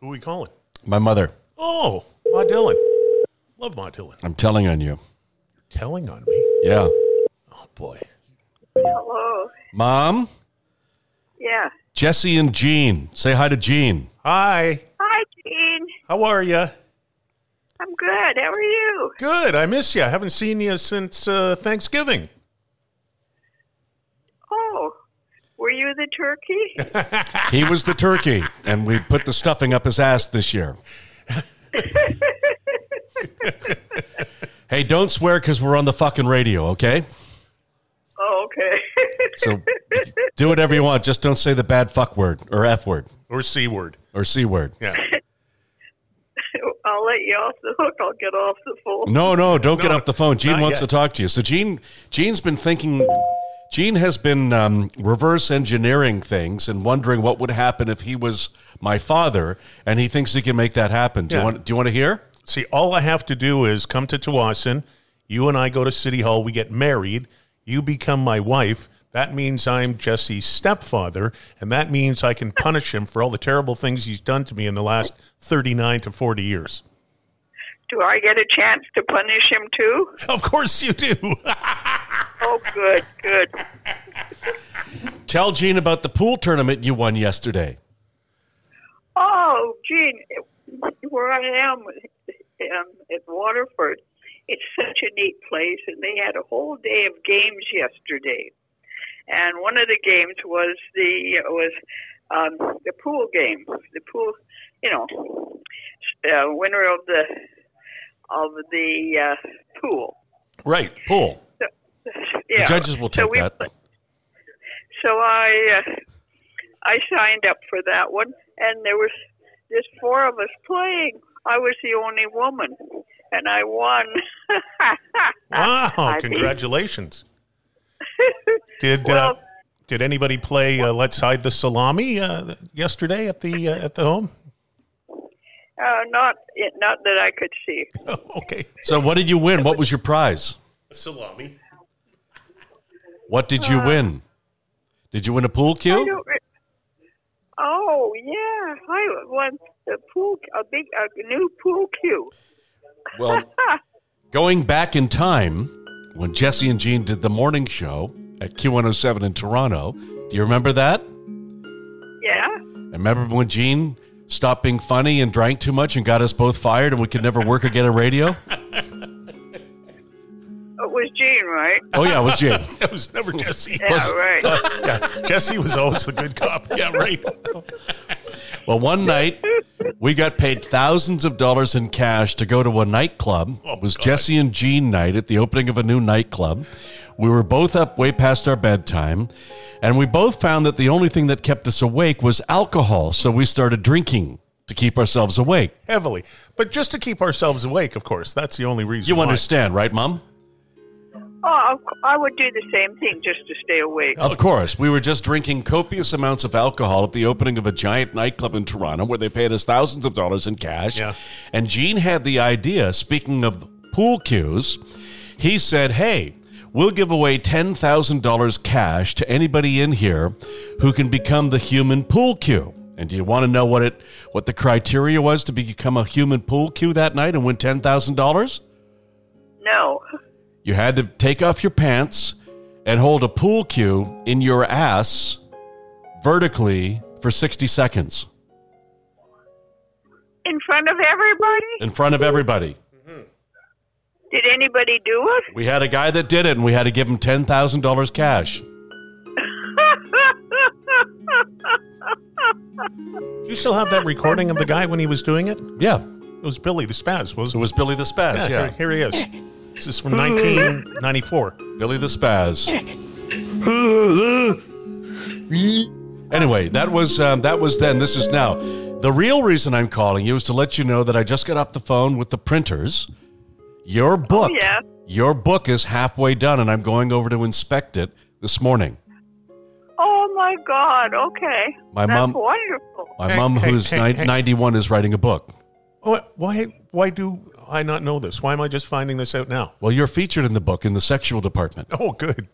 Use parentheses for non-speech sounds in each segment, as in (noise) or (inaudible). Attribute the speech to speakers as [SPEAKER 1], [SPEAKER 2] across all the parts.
[SPEAKER 1] Who are we calling?
[SPEAKER 2] My mother.
[SPEAKER 1] Oh, Ma Dillon. Love Ma Dillon.
[SPEAKER 2] I'm telling on you.
[SPEAKER 1] Telling on me.
[SPEAKER 2] Yeah.
[SPEAKER 1] Oh, boy.
[SPEAKER 3] Hello.
[SPEAKER 2] Mom,
[SPEAKER 3] Yeah.
[SPEAKER 2] Jesse and Jean. Say hi to Jean.
[SPEAKER 1] Hi.
[SPEAKER 3] Hi, Jean.
[SPEAKER 1] How are you?
[SPEAKER 3] I'm good. How are you?
[SPEAKER 1] Good. I miss you. I haven't seen you since uh, Thanksgiving.
[SPEAKER 3] Oh, were you the turkey?
[SPEAKER 2] He was the turkey, and we put the stuffing up his ass this year. hey, don't swear because we're on the fucking radio, okay?
[SPEAKER 3] oh, okay. (laughs)
[SPEAKER 2] So do whatever you want. Just don't say the bad fuck word or F word
[SPEAKER 1] Or C word.
[SPEAKER 2] or C word.
[SPEAKER 1] (laughs) Yeah.
[SPEAKER 3] I'll let you off the hook. I'll get off the phone.
[SPEAKER 2] No, no, don't get
[SPEAKER 1] No,
[SPEAKER 2] off the phone. Gene
[SPEAKER 1] not
[SPEAKER 2] wants
[SPEAKER 1] yet.
[SPEAKER 2] to talk to you. So Gene, Gene's been thinking. Gene has been um, reverse engineering things and wondering what would happen if he was my father, and he thinks he can make that happen. Do
[SPEAKER 1] Yeah.
[SPEAKER 2] you want? Do you want to hear?
[SPEAKER 1] See, all I have to do is come to Tawasin. You and I go to City Hall. We get married. You become my wife. That means I'm Jesse's stepfather, and that means I can punish him for all the terrible things he's done to me in the last 39 to 40 years.
[SPEAKER 3] Do I get a chance to punish him too?
[SPEAKER 1] Of course you do. (laughs)
[SPEAKER 3] Oh, good, good.
[SPEAKER 2] Tell Gene about the pool tournament you won yesterday.
[SPEAKER 3] Oh, Jean, where I am um, at Waterford, it's such a neat place, and they had a whole day of games yesterday. And one of the games was the was um, the pool game, the pool, you know, uh, winner of the of the uh, pool.
[SPEAKER 1] right. Pool.
[SPEAKER 3] Yeah.
[SPEAKER 2] The judges will
[SPEAKER 3] So
[SPEAKER 2] take
[SPEAKER 3] we
[SPEAKER 2] that.
[SPEAKER 3] pla- so I uh, I signed up for that one, and there was just four of us playing. I was the only woman, and I won. (laughs) Uh,
[SPEAKER 1] Wow.
[SPEAKER 3] I beat- (laughs)
[SPEAKER 1] congratulations. Did uh,
[SPEAKER 3] Well-
[SPEAKER 1] did anybody play uh, Let's Hide the Salami uh, yesterday at the uh, at the home? (laughs)
[SPEAKER 3] Uh, not not that I could see.
[SPEAKER 1] okay.
[SPEAKER 2] So what did you win? What was your prize?
[SPEAKER 1] Salami.
[SPEAKER 2] What did you win? Did you win a pool
[SPEAKER 3] Uh, I
[SPEAKER 2] cue?
[SPEAKER 3] don't. Re- oh yeah, I won the pool a big a new pool cue.
[SPEAKER 2] Well, going back in time when Jesse and Jean did the morning show at Q107 in Toronto, do you remember that?
[SPEAKER 3] Yeah.
[SPEAKER 2] And remember when Gene stopped being funny and drank too much and got us both fired and we could never work again at radio?
[SPEAKER 3] It was Jean, right?
[SPEAKER 2] Oh, yeah, it was Gene.
[SPEAKER 1] That was never
[SPEAKER 3] (laughs)
[SPEAKER 1] Jesse.
[SPEAKER 3] Yeah,
[SPEAKER 2] Was-
[SPEAKER 3] right.
[SPEAKER 1] yeah, Jesse was always the good cop. Yeah, right.
[SPEAKER 2] Well, one night we got paid thousands of dollars in cash to go to a nightclub.
[SPEAKER 1] Oh,
[SPEAKER 2] it was
[SPEAKER 1] God.
[SPEAKER 2] Jesse and Jean night at the opening of a new nightclub. We were both up way past our bedtime, and we both found that the only thing that kept us awake was alcohol. So we started drinking to keep ourselves awake.
[SPEAKER 1] Heavily. But just to keep ourselves awake, of course. That's the only reason.
[SPEAKER 2] You
[SPEAKER 1] why.
[SPEAKER 2] understand, right, Mom?
[SPEAKER 3] Oh, of cou- I would do the same thing just to stay awake.
[SPEAKER 2] Of course. We were just drinking copious amounts of alcohol at the opening of a giant nightclub in Toronto where they paid us thousands of dollars in cash.
[SPEAKER 1] Yeah.
[SPEAKER 2] And Gene had the idea, speaking of pool cues, he said, Hey, we'll give away $10,000 cash to anybody in here who can become the human pool cue. And do you want to know what it what the criteria was to become a human pool cue that night and win $10,000?
[SPEAKER 3] No.
[SPEAKER 2] You had to take off your pants and hold a pool cue in your ass vertically for 60 seconds
[SPEAKER 3] In front of everybody?
[SPEAKER 2] in front of everybody.
[SPEAKER 3] Did anybody do it?
[SPEAKER 2] We had a guy that did it and we had to give him $10,000 cash.
[SPEAKER 1] You still have that recording of the guy when he was doing it?
[SPEAKER 2] Yeah.
[SPEAKER 1] It was Billy the Spaz,
[SPEAKER 2] It
[SPEAKER 1] wasn't
[SPEAKER 2] was Billy the
[SPEAKER 1] it? (laughs)
[SPEAKER 2] Spaz. Yeah.
[SPEAKER 1] Here, here he is. This
[SPEAKER 3] (laughs)
[SPEAKER 1] is from 1994.
[SPEAKER 2] Billy the Spaz. Anyway, that was um, that was then. This is now. The real reason I'm calling you is to let you know that I just got off the phone with the printers. Your book,
[SPEAKER 3] yeah.
[SPEAKER 2] your book is halfway done, and I'm going over to inspect it this morning.
[SPEAKER 3] Oh my God! Okay,
[SPEAKER 2] My
[SPEAKER 3] that's
[SPEAKER 2] mom-
[SPEAKER 3] wonderful.
[SPEAKER 2] My
[SPEAKER 1] Hey,
[SPEAKER 2] mom,
[SPEAKER 1] hey,
[SPEAKER 2] who's
[SPEAKER 1] hey,
[SPEAKER 2] ni-
[SPEAKER 1] hey.
[SPEAKER 2] 91, is writing a book.
[SPEAKER 1] Oh, why, why do I not know this? Why am I just finding this out now?
[SPEAKER 2] Well, you're featured in the book in the sexual department.
[SPEAKER 1] (laughs) Oh, good.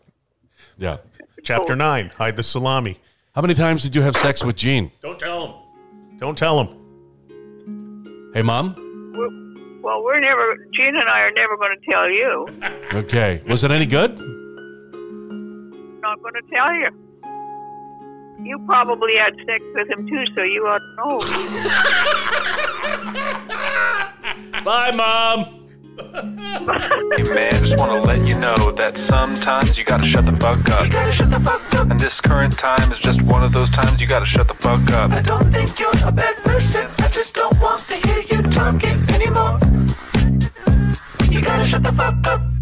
[SPEAKER 2] Yeah.
[SPEAKER 1] Chapter 9 Hide the Salami.
[SPEAKER 2] How many times did you have sex with Gene?
[SPEAKER 1] Don't tell him. Don't tell him.
[SPEAKER 2] Hey, Mom?
[SPEAKER 3] We're, well, we're never. Gene and I are never going to tell you.
[SPEAKER 2] Okay. Was it any good?
[SPEAKER 3] not going to tell you. You probably had sex with him too, so you ought to know.
[SPEAKER 2] Bye, Mom.
[SPEAKER 4] Hey man, just want to let you know that sometimes you gotta shut the fuck up. And this current time is just one of those times you gotta shut the fuck up.
[SPEAKER 5] I don't think you're a bad person. I just don't want to hear you talking anymore. You gotta shut the fuck up.